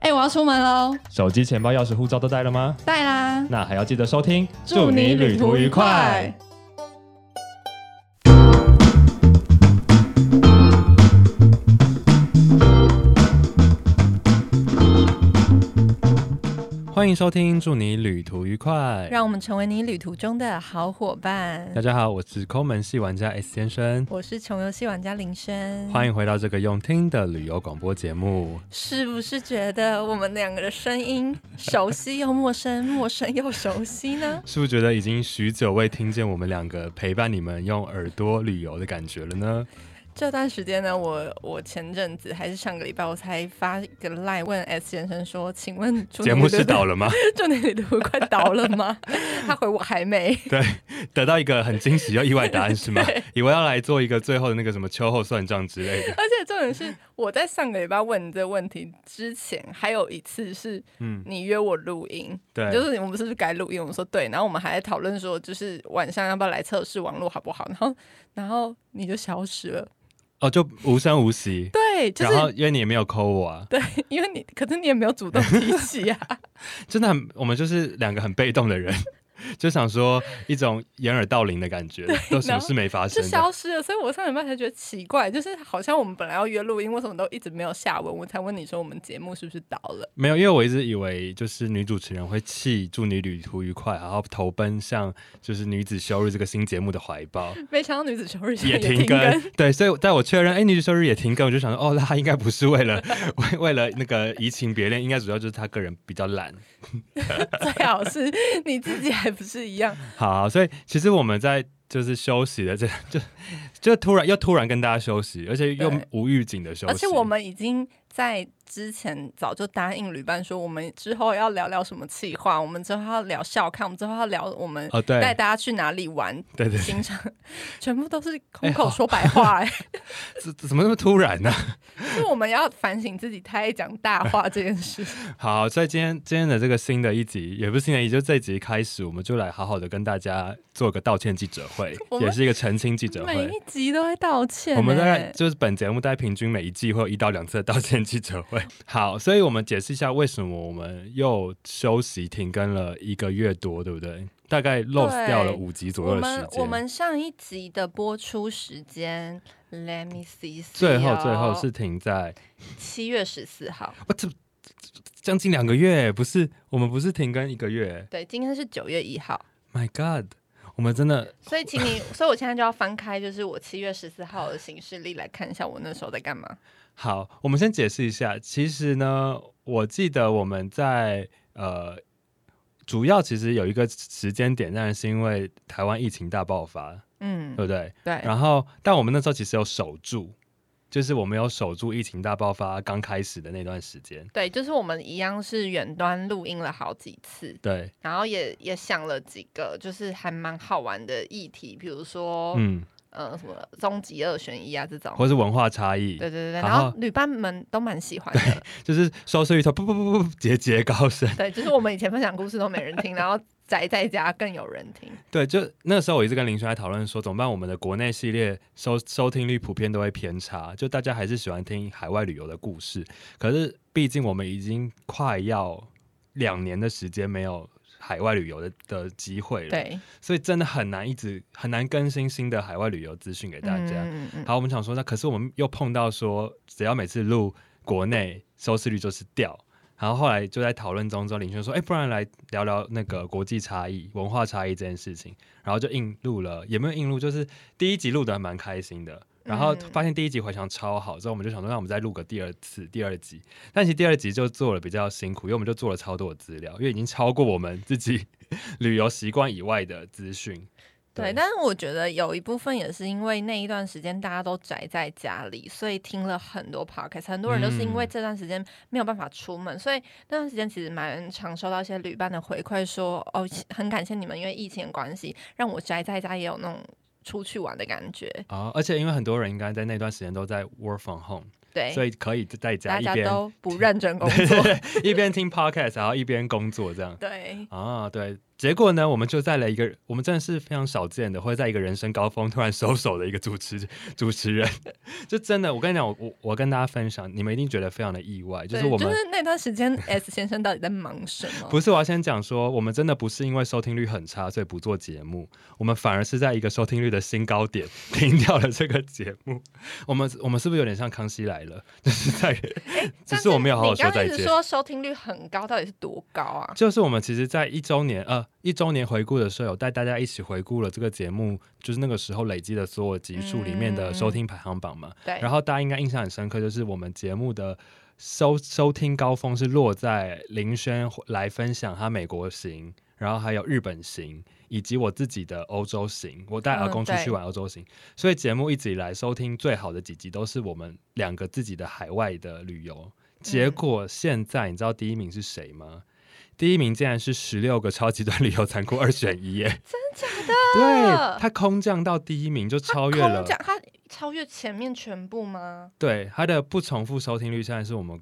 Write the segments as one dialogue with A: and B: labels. A: 哎、我要出门喽，
B: 手机、钱包、钥匙、护照都带了吗？
A: 带啦！
B: 那还要记得收听，
A: 祝你旅途愉快。
B: 欢迎收听，祝你旅途愉快。
A: 让我们成为你旅途中的好伙伴
B: 大。家好，我是抠门系玩家 S 先生，
A: 我是穷游戏玩家林轩，
B: 欢迎回到这个用听的旅游广播节目。
A: 是不是觉得我们两个的声音熟悉又陌生，陌生又熟悉呢？
B: 是不是觉得已经许久未听见我们两个陪伴你们用耳朵旅游的感觉了呢？
A: 这段时间呢，我我前阵子还是上个礼拜，我才发一个赖问 S 先生说：“请问祝你
B: 节目是
A: 旅途
B: 倒了吗？
A: 祝你旅途快倒了吗？” 他回我还没。
B: 对，得到一个很惊喜又意外答案是吗
A: 对？
B: 以为要来做一个最后的那个什么秋后算账之类的。
A: 而且重点是，我在上个礼拜问你这个问题之前，还有一次是
B: 嗯，
A: 你约我录音，
B: 对
A: 就是我们是不是该录音？我们说对，然后我们还在讨论说，就是晚上要不要来测试网络好不好？然后，然后你就消失了。
B: 哦，就无声无息。
A: 对，就
B: 然后
A: 是
B: 因为你也没有抠我啊，
A: 对，因为你，可是你也没有主动提起 啊。
B: 真的很，我们就是两个很被动的人， 就想说一种掩耳盗铃的感觉，都什么事没发
A: 就
B: 生的。
A: 消失了，所以我上礼拜才觉得奇怪，就是好像我们本来要约录音，为什么都一直没有下文？我才问你说我们节目是不是倒了？
B: 没有，因为我一直以为就是女主持人会弃“祝你旅途愉快”，然后投奔向就是女子休日这个新节目的怀 抱，
A: 没想到女子休日现在
B: 也
A: 停
B: 停更。对，所以在我确认哎、女子休日也停更，我就想说哦，那她应该不是为了 为为了那个移情别恋，应该主要就是她个人比较懒。
A: 最好是你自己还不是一样。
B: 好，所以其实我们在就是休息的这就就突然又突然跟大家休息，而且又
A: 对
B: 无预警的休息，
A: 而且我们已经在之前早就答应旅伴说，我们之后要聊聊什么企划，我们之后要聊校刊，我们之后要聊我们
B: 哦对
A: 带大家去哪里玩，
B: 对对，对
A: 行程，全部都是空
B: 哎
A: 口
B: 好
A: 说白 话、 哎，
B: 这这 怎么那么突然呢、
A: 是我们要反省自己太爱讲大话这件事。
B: 好，所以今天今天的这个新的一集也不是新的一集，就这一集开始，我们就来好好的跟大家做个道歉记者 会
A: 我，们
B: 也是一个欸澄清记者
A: 每
B: 会。
A: 一集都会道歉、
B: 我们大概
A: 哎
B: 就是本节目大概平均每一季会有一到两次的道歉记者会。好，所以我们解释一下为什么我们又休息停更了一个月多，对不对？大概 lost 掉了五集左
A: 我
B: 右的时
A: 们
B: 间。
A: 我们上一集的播出时间，Let me see，
B: 最后最后是停在
A: 七月十四号，
B: 我这将近两个月，不是我们不是停更一个月
A: 对，今天是九月一号。
B: ？My God，我们真的
A: 所以，请你，所以我现在就要翻开，就是我七月十四号的行事历来看一下我那时候在干嘛。
B: 好，我们先解释一下。其实呢，我记得我们在呃，主要其实有一个时间点，当然是因为台湾疫情大爆发，
A: 嗯
B: 对，不对？
A: 对，
B: 呃然后，但我们那时候其实有守住，就是我们有守住疫情大爆发刚开始的那段时间。
A: 对，就是我们一样是远端录音了好几次，
B: 对，
A: 然后也也想了几个，就是还蛮好玩的议题，比如说，嗯、
B: 嗯，
A: 呃，什么终极二选一啊这种。
B: 或是文化差异，
A: 对对对，对
B: 好
A: 然后旅伴们都蛮喜欢的，
B: 就是收视率头不不不不节节高升。
A: 对，就是我们以前分享故事都没人听，然后宅在家更有人听，
B: 对，就那时候我一直跟林轩在讨论说，怎么办？我们的国内系列收收听率普遍都会偏差，就大家还是喜欢听海外旅游的故事。可是毕竟我们已经快要两年的时间没有海外旅游的的机会了，
A: 对，
B: 所以真的很难一直很难更新新的海外旅游资讯给大
A: 嗯
B: 家。
A: 嗯嗯
B: 好，我们想说，那可是我们又碰到说，只要每次录国内收视率就是掉。然后后来就在讨论中之后，林轩说：“哎，不然来聊聊那个国际差异、文化差异这件事情。”然后就硬录了，也没有硬录，就是第一集录的还蛮开心的。然后
A: 嗯
B: 发现第一集回响超好，之后我们就想说，那我们再录个第二次、第二集。但其实第二集就做了比较辛苦，因为我们就做了超多的资料，因为已经超过我们自己旅游习惯以外的资讯。
A: 对，但是我觉得有一部分也是因为那一段时间大家都宅在家里，所以听了很多 podcast。很多人都是因为
B: 嗯
A: 这段时间没有办法出门，所以那段时间其实蛮常收到一些旅伴的回馈说，哦，很感谢你们，因为疫情的关系，让我宅在家也有那种出去玩的感觉。
B: 啊、而且因为很多人应该在那段时间都在 work from home，
A: 对，
B: 所以可以在家
A: 大
B: 一
A: 家
B: 边
A: 都不认真工作。
B: 一边听 podcast，然后一边工作这样
A: 对，
B: 啊，对，结果呢，我们就在了一个我们真的是非常少见的，会在一个人生高峰突然收手的一个主持主持人， 就真的，我跟你讲，我我我跟大家分享，你们一定觉得非常的意外，就是
A: 对
B: 我们
A: 就是那段时间 S 先生到底在忙什么？
B: 不是，我要先讲说，我们真的不是因为收听率很差所以不做节目，我们反而是在一个收听率的新高点停掉了这个节目。我们我们是不是有点像《康熙来了》？就是在， 只
A: 哎但
B: 是我没有好好
A: 你
B: 说
A: 刚
B: 再
A: 一直
B: 见。
A: 说收听率很高，到底是多高啊？
B: 就是我们其实，在一周年呃一周年回顾的时候，有带大家一起回顾了这个节目，就是那个时候累积的所有集数里面
A: 嗯
B: 的收听排行榜嘛。
A: 对，
B: 然后大家应该印象很深刻，就是我们节目的收收听高峰是落在林轩来分享他美国行，然后还有日本行，以及我自己的欧洲行。我带阿公出去玩欧洲行，所以节目一直以来收听最好的几集都是我们两个自己的海外的旅游。
A: 嗯
B: 结果现在你知道第一名是谁吗？第一名竟然是十六个超级短旅游残酷二选一耶！真假的？对，他空降到第一名，就超越了
A: 空降他超越前面全部吗？
B: 对，它的不重复收听率现在是我们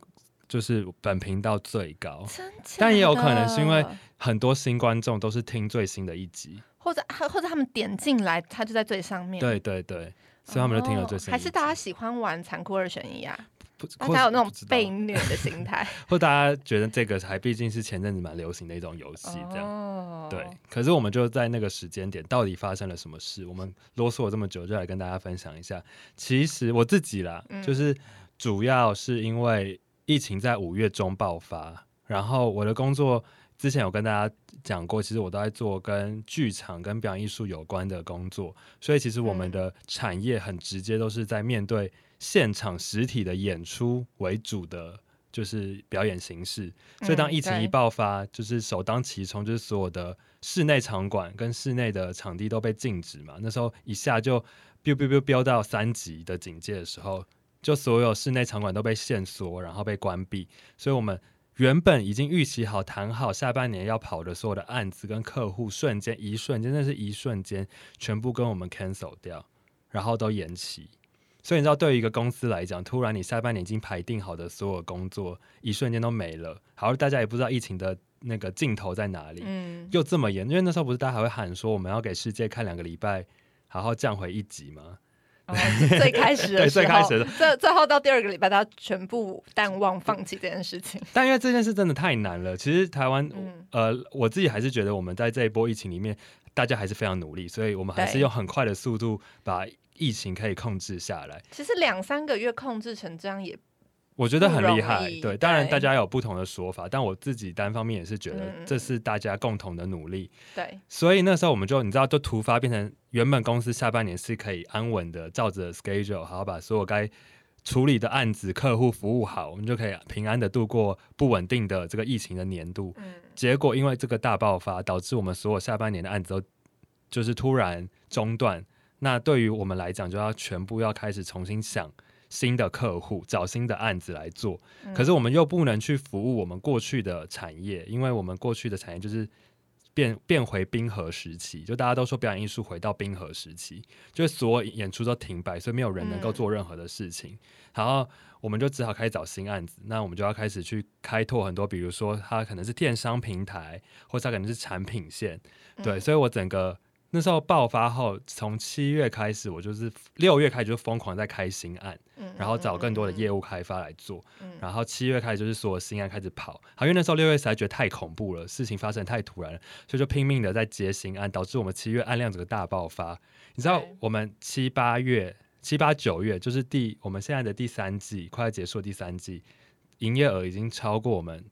B: 就是本频道最高，
A: 真假
B: 但也有可能是因为
A: 的
B: 很多新观众都是听最新的一集。
A: 或者或者他们点进来，他就在最上面。
B: 对对对，所以他们就听了
A: 嗯
B: 最
A: 哦
B: 新的
A: 还
B: 一集、
A: 是大家喜欢玩残酷二选一啊？
B: 不
A: 大
B: 或
A: 家有那
B: 不
A: 种
B: 知道
A: 被虐的心 态。
B: 或大家觉得这个还毕竟是前阵子蛮流行的一种游戏这样。
A: 哦
B: 对，可是我们就在那个时间点，到底发生了什么事？我们啰嗦了这么久，就来跟大家分享一下。其实我自己啦，
A: 嗯
B: 就是主要是因为疫情在五月中爆发，然后我的工作之前有跟大家讲过，其实我都在做跟剧场、跟表演艺术有关的工作，所以其实我们
A: 嗯
B: 的产业很直接，都是在面对现场实体的演出为主的。就是表演形式，所以当
A: 嗯
B: 疫情
A: 对
B: 一爆发，就是首当其冲，就是所有的室内场馆跟室内的场地都被禁止嘛。那时候一下就 biu biu biu 飙到三级的警戒的时候，就所有室内场馆都被限缩，然后被关闭。所以我们原本已经预期好、谈好下半年要跑的所有的案子跟客户，瞬间一瞬间，真的是一瞬间，全部跟我们 cancel 掉，然后都延期。所以你知道，对于一个公司来讲，突然你下半年已经排定好的所有工作，一瞬间都没了。好，大家也不知道疫情的那个尽头在哪里。
A: 嗯，
B: 又这么严，因为那时候不是大家还会喊说我们要给世界看两个礼拜，好好降回一级吗？
A: 哦是最开始的
B: 对
A: 时
B: 最
A: 候，
B: 开始的
A: 最最后到第二个礼拜，大家全部淡忘放弃这件事情。
B: 但因为这件事真的太难了，其实台湾、
A: 嗯
B: 呃，我自己还是觉得我们在这一波疫情里面，大家还是非常努力，所以我们还是
A: 对
B: 用很快的速度把疫情可以控制下来。
A: 其实两三个月控制成这样也
B: 我觉得
A: 不
B: 很
A: 容
B: 厉害
A: 易，
B: 对，当然
A: 对
B: 大家有不同的说法，但我自己单方面也是觉得
A: 嗯
B: 这是大家共同的努力，
A: 对，
B: 所以那时候我们就你知道，就突发变成原本公司下半年是可以安稳的，照着 schedule 好好把所有该处理的案子、客户服务好，我们就可以平安的度过不稳定的这个疫情的年度。
A: 嗯，
B: 结果因为这个大爆发，导致我们所有下半年的案子都就是突然中断。那对于我们来讲，就要全部要开始重新想新的客户，找新的案子来做。
A: 嗯
B: 可是我们又不能去服务我们过去的产业，因为我们过去的产业就是变变回冰河时期，就大家都说表演艺术回到冰河时期，就是所有演出都停摆，所以没有人能
A: 嗯
B: 够做任何的事情。然后我们就只好开始找新案子，那我们就要开始去开拓很多，比如说它可能是电商平台，或者它可能是产品线，对，
A: 嗯
B: 所以我整个。那时候爆发后，从七月开始，我就是六月开始就疯狂在开新案，
A: 嗯
B: 然后找更多的业
A: 务，
B: 务开发来做。
A: 嗯
B: 然后七月开始就是所有新案开始跑，好，因为那时候六月实在觉得太恐怖了，事情发生得太突然了，所以就拼命的在接新案，导致我们七月案量整个大爆发。你知道
A: 对
B: 我们七八月、七八九月就是第我们现在的第三季快要结束的第三季，营业额已经超过我们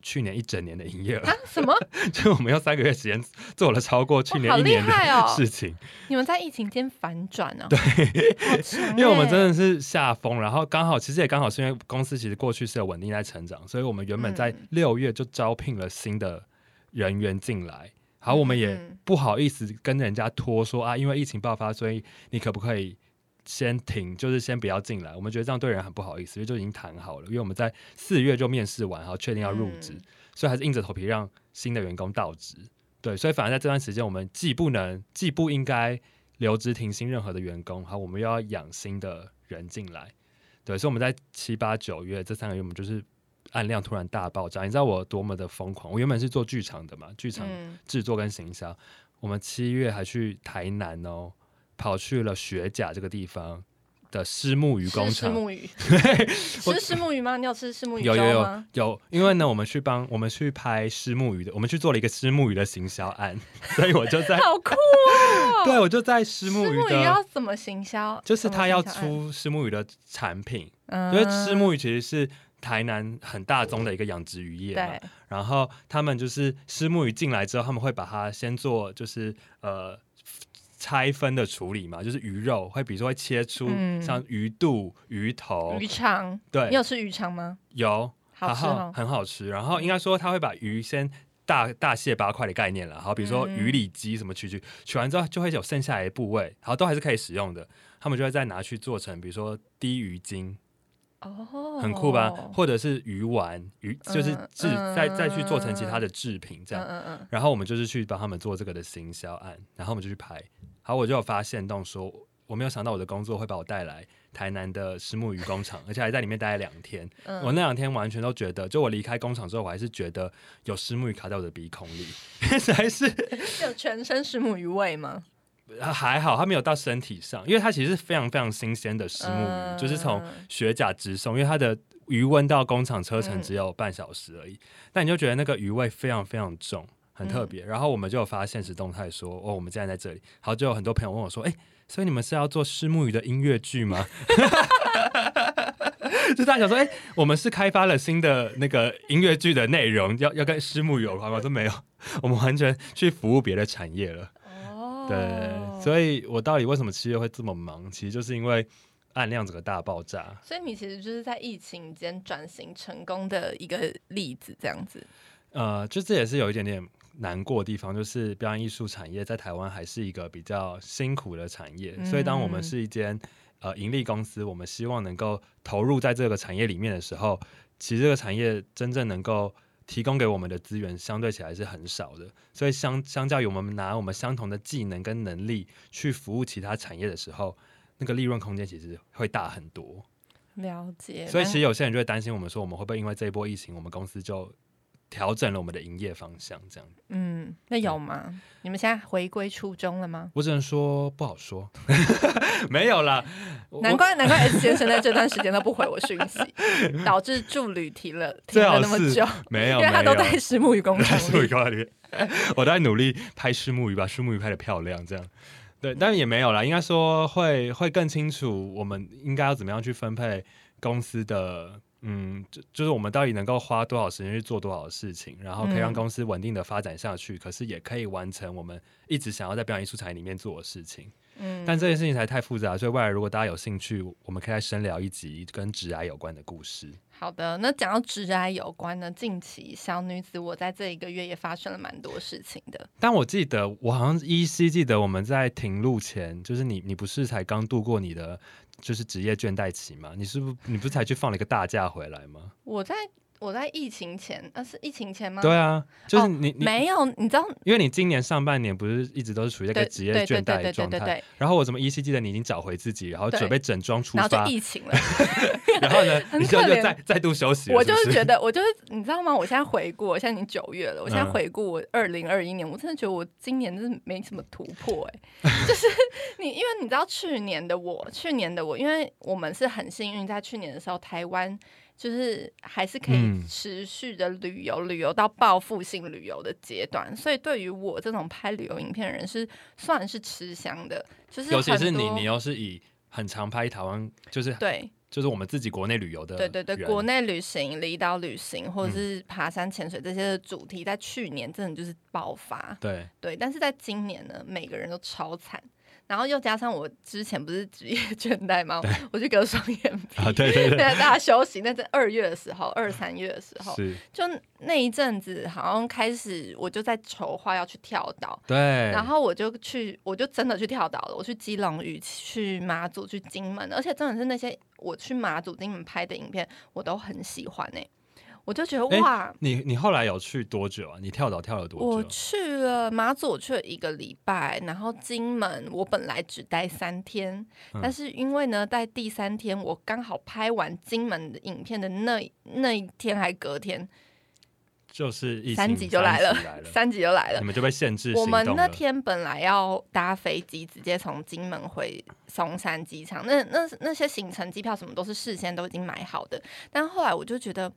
B: 去年一整年的营业
A: 啊
B: 额，
A: 什么？
B: 就我们用三个月时间做了超过去
A: 哇
B: 年
A: 好
B: 一年
A: 厉害哦
B: 的事情。
A: 你们在疫情间反转 哦，对，
B: 因为我们真的是吓疯，然后刚好其实也刚好是因为公司其实过去是有稳定在成长，所以我们原本在
A: 嗯
B: 六月就招聘了新的人员进来，好，我们也
A: 嗯
B: 不好意思跟人家拖说啊，因为疫情爆发，所以你可不可以先停，就是先不要进来？我们觉得这样对人很不好意思，因为就已经谈好了，因为我们在四月就面试完，然后确定要入职，
A: 嗯
B: 所以还是硬着头皮让新的员工到职。对，所以反而在这段时间，我们既不能，既不应该留职停薪任何的员工，好，我们又要养新的人进来。对，所以我们在七八九月这三个月，我们就是案量突然大爆炸，你知道我多么的疯狂？我原本是做剧场的嘛，剧场
A: 嗯，
B: 制作跟行销，我们七月还去台南哦，跑去了雪甲这个地方的虱目鱼工
A: 吃石
B: 厂，
A: 木 鱼，吃石木鱼吗？你有吃石木鱼
B: 有
A: 粥
B: 有有
A: 吗？
B: 有，因为呢，我们去帮我们去拍虱目鱼的，我们去做了一个虱目鱼的行销案，所以我就 在
A: 好酷哦！
B: 对我就在虱
A: 石
B: 目鱼
A: 木鱼
B: 的，
A: 要怎么行销？嗯
B: 就是他要
A: 怎么
B: 出虱目鱼的产品，
A: 行销，
B: 因为虱目鱼其实是台南很大宗的一个养殖渔
A: 嗯
B: 业嘛
A: 对，，
B: 然后他们就是虱目鱼进来之后，他们会把它先做就是呃拆分的处理嘛，就是鱼肉会比如说会切出
A: 嗯
B: 像鱼肚、鱼头
A: 鱼，肠，
B: 对
A: 你，有吃鱼肠吗？
B: 有，
A: 好
B: 然
A: 吃
B: 后
A: 哦。
B: 很好吃。然后应该说他会把鱼先。大大卸八块的概念了，好，比如说
A: 嗯
B: 鱼里脊什么取取，取完之后就会有剩下来的部位，好，都还是可以使用的。他们就会再拿去做成，比如说低鱼精，
A: 哦，
B: 很酷吧？或者是鱼丸，鱼就是
A: 嗯
B: 制、再再去做成其他
A: 嗯
B: 的制品，这样。
A: 嗯嗯嗯，
B: 然后我们就是去帮他们做这个的行销案，然后我们就去拍。好，我就有发现动说，我没有想到我的工作会把我带来台南的石木鱼工厂，而且还在里面待了两天。
A: 嗯
B: 我那两天完全都觉得，就我离开工厂之后，我还是觉得有石木鱼卡在我的鼻孔里， 还是
A: 有全身石木鱼味吗？
B: 还好，它没有到身体上，因为它其实是非常非常新鲜的石木鱼，
A: 嗯
B: 就是从雪甲直送，因为它的余温到工厂车程只有半小时而已，但你就觉得那个余味非常非常重，很特别。然后我们就有发现实动态说，哦，我们现在在这里，然后就有很多朋友问我说，哎、所以你们是要做石木鱼的音乐剧吗？ 就大家想说，哎、我们是开发了新的那个音乐剧的内容，要要跟石木鱼有关吗？我说没有，我们完全去服务别的产业了。
A: 哦，
B: 对，
A: 以
B: 所以我到底为什么七月会这么忙？其实就是因为案量整个大爆炸。
A: 所以你其实就是在疫情间转型成功的一个例子，这样子。
B: 呃，就这也是有一点点难过的地方，就是表演艺术产业在台湾还是一个比较辛苦的产业，所以当我们
A: 嗯
B: 是一间呃盈利公司，我们希望能够投入在这个产业里面的时候，其实这个产业真正能够。提供给我们的资源相对起来是很少的，所以相相较于我们拿我们相同的技能跟能力去服务其他产业的时候，那个利润空间其实会大很多。
A: 了解，
B: 所以
A: 蛮
B: 其实有些人就会担心我们说，我们会不会因为这一波疫情，我们公司就调整了我们的营业方向？这样，
A: 嗯，那有吗？你们现在回归初衷了吗？
B: 我只能说不好说， 没有啦。我
A: 难怪难怪 S 先生在这段时间都不回我讯 息，导致助理提了提
B: 最好
A: 了那么
B: 是
A: 久，
B: 没有，
A: 因为他
B: 没有
A: 都在石木鱼 工厂
B: 在石木鱼
A: 里。
B: 缸里面，我都在努力拍石木鱼，把石木鱼拍的漂亮，这样。对，但也没有啦，应该说会会更清楚我们应该要怎么样去分配公司的，嗯，就就是我们到底能够花多少时间去做多少事情，然后可以让
A: 嗯
B: 公司稳定的发展下去，可是也可以完成我们一直想要在表演艺术产业里面做的事情。
A: 嗯
B: 但这件事情才太复杂，所以未来如果大家有兴趣，我们可以再深聊一集跟职涯有关的故事。
A: 好的，那讲到直癌有关呢，近期小女子我在这一个月也发生了蛮多事情的。
B: 但我记得，我好像依稀记得我们在停录前，就是你，你不是才刚度过你的就是职业倦怠期吗？你是不是你不是才去放了一个大假回来吗？
A: 我在我在疫情前，呃，是疫情前吗？
B: 对啊，就是
A: 哦
B: 你、你，
A: 没有，你知道，
B: 因为你今年上半年不是一直都是处于一
A: 对
B: 个职业
A: 对对对
B: 倦怠的
A: 对对
B: 状
A: 对
B: 态，
A: 对，
B: 然后我怎么依稀记得你已经找回自己，然后
A: 对
B: 准备整装出
A: 然后
B: 发
A: 就，疫情了。
B: 然后呢，
A: 很
B: 你就
A: 可
B: 就
A: 怜
B: 再再度休息了，
A: 我就是是
B: 不是
A: 觉得，我就是你知道吗？我现在回顾，我现在已经九月了，我现在
B: 嗯
A: 回顾我二零二一年，我真的觉得我今年真的没什么突破哎、 就是你，因为你知道去年的我，去年的我，因为我们是很幸运，在去年的时候，台湾就是还是可以
B: 嗯
A: 持续的旅游，旅游到报复性旅游的阶段，所以对于我这种拍旅游影片的人是算是吃香的，就是
B: 尤其是
A: 很多
B: 你，你又是以很常拍台湾，就是
A: 对
B: 就是我们自己国内旅游的
A: 对对对，
B: 人嗯
A: 国内旅行、离岛旅行或者是爬山、潜水这些的主题，在去年真的就是爆发。
B: 对。
A: 对，但是在今年呢，每个人都超惨。然后又加上我之前不是职业 倦怠吗？我去割双 眼皮，
B: 啊，对对
A: 对，
B: 对，
A: 大家休息。那是二月的时候，二三月的时候，
B: 是，
A: 就那一阵子，好像开始我就在筹划要去跳岛，
B: 对，
A: 然后我就去，我就真的去跳岛了。我去基隆屿、去马祖、去金门，而且真的是那些我去马祖、金门拍的影片，我都很喜欢诶、欸我就觉得
B: 哎
A: 哇，
B: 你你后来有去多久啊？你跳岛跳了多
A: 我
B: 久？
A: 去了马祖，我去了一个礼拜，然后金门我本来只待三天，
B: 嗯
A: 但是因为呢，在第三天我刚好拍完金门的影片的那那一天还隔天，
B: 就是疫情
A: 三级就来了
B: 三级来了，
A: 三级就来了
B: 你。们就被限制
A: 我
B: 行
A: 们
B: 动
A: 那
B: 了。
A: 天本来要搭飞机直接从金门回松山机场，那那那些行程、机票什么都是事先都已经买好的，但后来我就觉得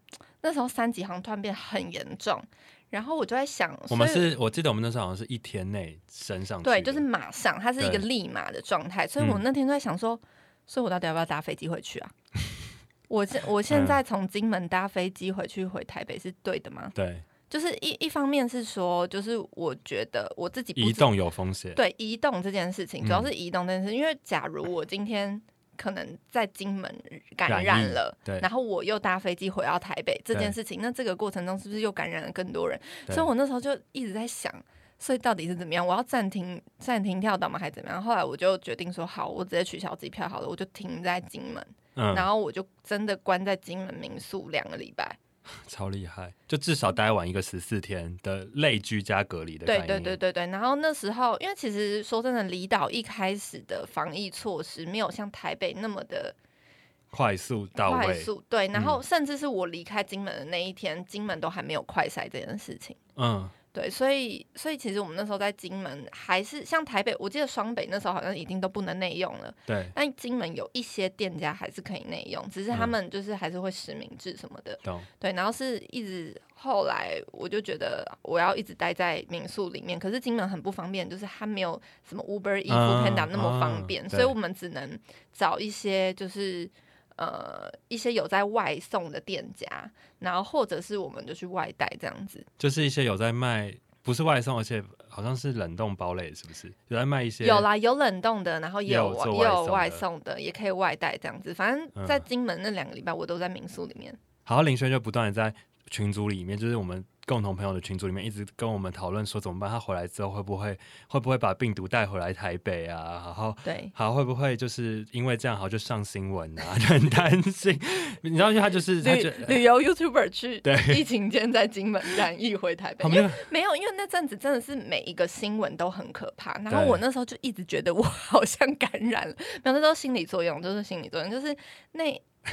A: 那时候三级好像突然变很严重，然后我就在想，
B: 我们
A: 所以
B: 是我记得我们那时候好像是一天内升上去的，
A: 对，就是马上，它是一个立马的状态，所以我
B: 嗯
A: 那天就在想说，所以我到底要不要搭飞机回去啊？ 我现我
B: 嗯
A: 现在从金门搭飞机回去回台北是对的吗？
B: 对
A: 就是一一方面是说，就是我觉得我自己不
B: 移
A: 知
B: 动有风险，
A: 对移动这件事情，
B: 嗯
A: 主要是移动这件事，因为假如我今天可能在金门感
B: 染
A: 染
B: 疫
A: 了，
B: 对
A: 然后我又搭飞机回到台北这
B: 对
A: 件事情，那这个过程中是不是又感染了更多人？
B: 对
A: 所以我那时候就一直在想。所以到底是怎么样？我要暂停暂停跳岛吗，还是怎么样？后来我就决定说，好，我直接取消机票好了，我就停在金门，然
B: 嗯，
A: 后我就真的关在金门民宿两个礼拜。
B: 超厉害，就至少待完一个十四天的类居加隔离的概
A: 对
B: 念，
A: 对对对对，然后那时候，因为其实说真的，离岛一开始的防疫措施没有像台北那么的
B: 快速到
A: 快
B: 位，嗯
A: 速，对，然后甚至是我离开金门的那一天，金门都还没有快筛这件事情，
B: 嗯，
A: 对，所以所以其实我们那时候在金门还是像台北，我记得双北那时候好像已经都不能内用了，
B: 对，
A: 但金门有一些店家还是可以内用，只是他
B: 嗯
A: 们就是还是会实名制什么的，
B: 懂，
A: 对，然后是一直后来我就觉得我要一直待在民宿里面，可是金门很不方便，就是它没有什么 Uber、e f
B: 啊
A: o o Panda 那么方便，
B: 啊
A: 所以
B: 对
A: 我们只能找一些就是呃一些有在外送的店家，然后或者是我们就去外带这样子，
B: 就是一些有在卖，不是外送，而且好像是冷冻包类，是不是？有在卖一些，
A: 有啦，有冷冻的，然后也
B: 也
A: 有
B: 有
A: 外
B: 做
A: 也
B: 外
A: 有
B: 送的
A: 外送的，也可以外带这样子。反正，在
B: 嗯
A: 金门那两个礼拜，我都在民宿里面。
B: 然后林轩就不断的在群组里面，就是我们共同朋友的群组里面，一直跟我们讨论说怎么办，他回来之后会不会会不会把病毒带回来台北啊？然后。
A: 对，
B: 好，会不会就是因为这样，好就上新闻啊？就很担心， 你知道，就他就是他
A: 旅
B: 就呃
A: 旅游 YouTuber 去
B: 对
A: 疫情间在金门染疫回台北，
B: 他
A: 因
B: 们
A: 为
B: 那个
A: 没有，因为那阵子真的是每一个新闻都很可怕。然后
B: 对
A: 我那时候就一直觉得我 好像感染了，没有，那都是心理作用，就是心理作用，就是那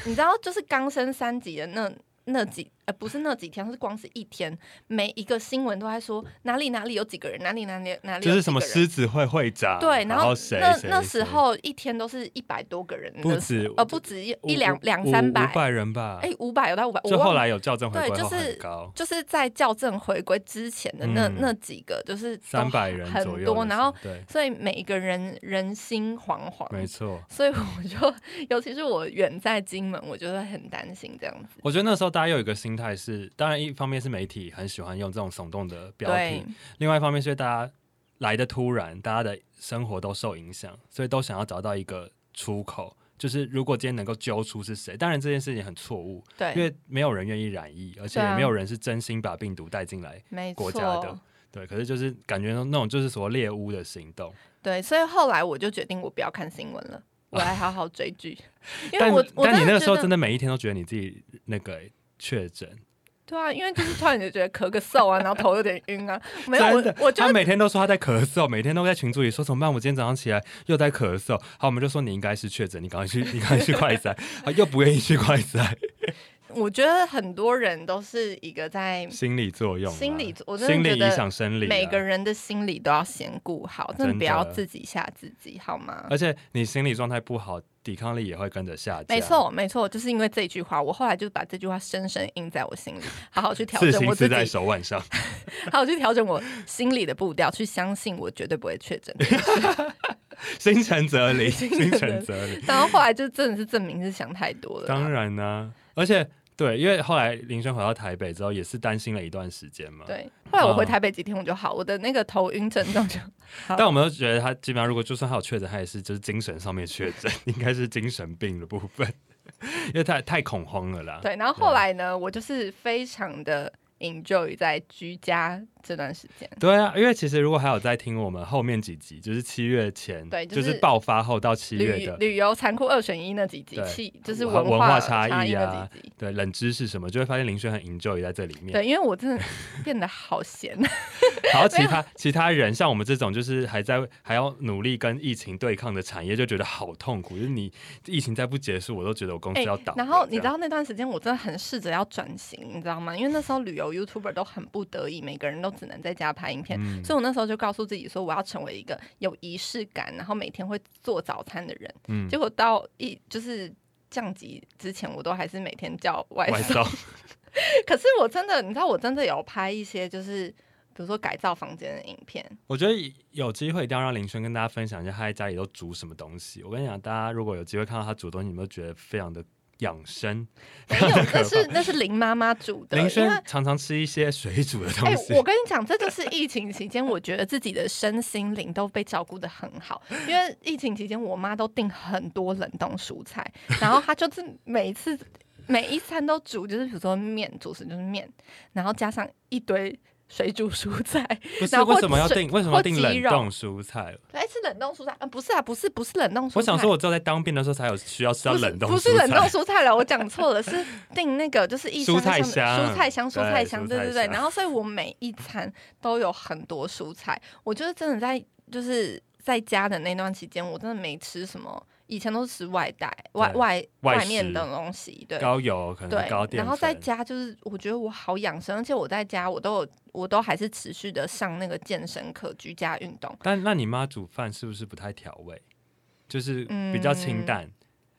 A: 你知道，就是刚升三级的那。那几呃不是那几天，是光是一天，每一个新闻都在说哪里哪里有几个人，哪里哪里哪里有
B: 就
A: 几
B: 是什么
A: 个人
B: 狮子会会长，
A: 对，
B: 然
A: 然后
B: 谁
A: 那
B: 谁
A: 那
B: 谁
A: 时候一天都是一百多个人的时候，
B: 不止
A: 呃不止一
B: 五
A: 一两
B: 五
A: 两
B: 五
A: 三
B: 五
A: 百，
B: 百人吧，
A: 哎五百有到五百，我
B: 就后
A: 忘了
B: 来有校正回
A: 对
B: 归
A: 就
B: 后
A: 是
B: 很高，
A: 就是在校正回归之前的那、
B: 嗯
A: 那几个，就是都
B: 三百人
A: 很
B: 左右的时候，
A: 多，然后
B: 对，
A: 所以每一个人人心惶
B: 没
A: 惶，
B: 错，
A: 所以我就尤其是我远在金门，我就会很担心这样子。
B: 我觉得那时候大家有一个心态是，当然一方面是媒体很喜欢用这种耸动的标
A: 对
B: 题，另外一方面是大家来的突然，大家的生活都受影响，所以都想要找到一个出口。就是如果今天能够揪出是谁，当然这件事情很错误，
A: 对，
B: 因为没有人愿意染疫，而且
A: 对
B: 也
A: 啊
B: 没有人是真心把病毒带进来
A: 没
B: 国家的
A: 错。。
B: 对，可是就是感觉那种就是所谓猎巫的行动，
A: 对，所以后来我就决定我不要看新闻 了，我来好好追剧，因为
B: 但
A: 我我
B: 但你那个时候
A: 觉得
B: 真的每一天都觉得你自己那个欸确诊，
A: 对啊，因为就是突然就觉得咳个嗽啊，然后头有点晕啊，没有
B: 真
A: 我
B: 的
A: 我就
B: 他每天都说他在咳嗽， 每天都在群组里说怎么办？我今天早上起来又在咳嗽。好，我们就说你应该是确诊，你赶快去， 你赶快去快筛。啊，又不愿意去快筛，
A: 我觉得很多人都是一个在
B: 心理作用啊，
A: 心理我真的
B: 心理
A: 觉得
B: 影响生理啊，
A: 每个人的心理都要先顾好，真
B: 真
A: 的
B: 的
A: 不要自己吓自己，好吗？
B: 而且你心理状态不好，抵抗力也会跟着下降。
A: 没，错，没错，就是因为这句话，我后来就把这句话深深印在我心里，好好去调
B: 刺
A: 整
B: 青
A: 我
B: 刺
A: 自
B: 在
A: 己，
B: 手腕上。
A: 好好去调整我心里的步调，去相信我绝对不会确诊。
B: 心诚则灵，
A: 心
B: 心
A: 诚
B: 诚则灵，
A: 然后后来就真的是证明是想太多了啦。
B: 当然呢、而且对，因为后来林轩回到台北之后，也是担心了一段时间嘛。。
A: 对，后来我回
B: 嗯
A: 台北几天我就好，我的那个头晕症状 就好
B: 但我们都觉得他基本上，如果就算他有确诊，他也是就是精神上面确诊，应该是精神病的部分，因为太太恐慌了啦。
A: 对。然后后来呢，我就是非常的 enjoy 在居家这段时间。
B: 对啊，因为其实如果还有在听我们后面几集，就是七月前，
A: 对
B: 就
A: 就是是
B: 爆发后到七月
A: 旅
B: 的，
A: 旅游残酷二选一那几集
B: 对，
A: 气就是
B: 文
A: 文
B: 化差
A: 差
B: 异
A: 那
B: 啊
A: 几集。
B: 对冷知识什么，就会发现林轩很 enjoy 在这里面。
A: 对，因为我真的变得好闲，
B: 然后其他其他人像我们这种，就是还在还要努力跟疫情对抗的产业，就觉得好痛苦。就是你疫情再不结束，我都觉得我公司
A: 哎
B: 要倒了、
A: 然后你
B: 这
A: 知
B: 样
A: 道那段时间我真的很试着要转型，你知道吗？因为那时候旅游 YouTuber 都很不得已，每个人都只能在家拍影片，
B: 嗯
A: 所以我那时候就告诉自己说，我要成为一个有仪式感，然后每天会做早餐的人。
B: 嗯
A: 结果到一就是降级之前，我都还是每天叫外
B: 外
A: 送。
B: 送，
A: 可是我真的，你知道，我真的有拍一些就是。比如说改造房间的影 片，
B: 我觉得有机会一定要让林轩跟大家分享一下他在家里都煮什么东西。我跟你讲，大家如果有机会看到他煮的东西，你们都觉得非常的养生。
A: 没有，那是那是林妈妈煮的，
B: 林
A: 因为
B: 轩常常吃一些水煮的
A: 哎、
B: 东西。
A: 我跟你讲，这就是疫情期间，我觉得自己的身心灵都被照顾的很好。因为疫情期间，我妈都订很多冷冻蔬菜，然后她就是每一次每一餐都煮，就是比如说面，主食就是面，然后加上一堆水煮蔬菜。
B: 不是
A: 然后
B: 为什么要
A: 或
B: 订为什么要订
A: 或鸡
B: 冷
A: 肉
B: 冻蔬菜？
A: 哎、是冷冻蔬菜？啊，不是啊，不是，不是冷冻蔬菜。
B: 我想说，我只有在当兵的时候才有需要吃到
A: 不是
B: 冷冻
A: 不是
B: 蔬
A: 冷冻
B: 菜。
A: 蔬菜了，我讲错了，是订那个就是一箱
B: 蔬菜
A: 一箱的蔬
B: 箱
A: 菜箱、蔬
B: 对
A: 菜
B: 蔬
A: 箱，
B: 菜
A: 对对对。
B: 箱
A: 然后，所以我每一餐都有很多蔬菜。我就是真的在就是在家的那段期间，我真的没吃什么，以前都是吃外带外
B: 对
A: 外
B: 外
A: 外面
B: 食
A: 的东西，对。
B: 高油可能
A: 对
B: 高，淀
A: 然后在
B: 粉，
A: 家就是，我觉得我好养生，而且我在家我都有，我都还是持续的上那个健身课、居家运动。
B: 但那你妈煮饭是不是不太调味？就是比较清
A: 嗯
B: 淡，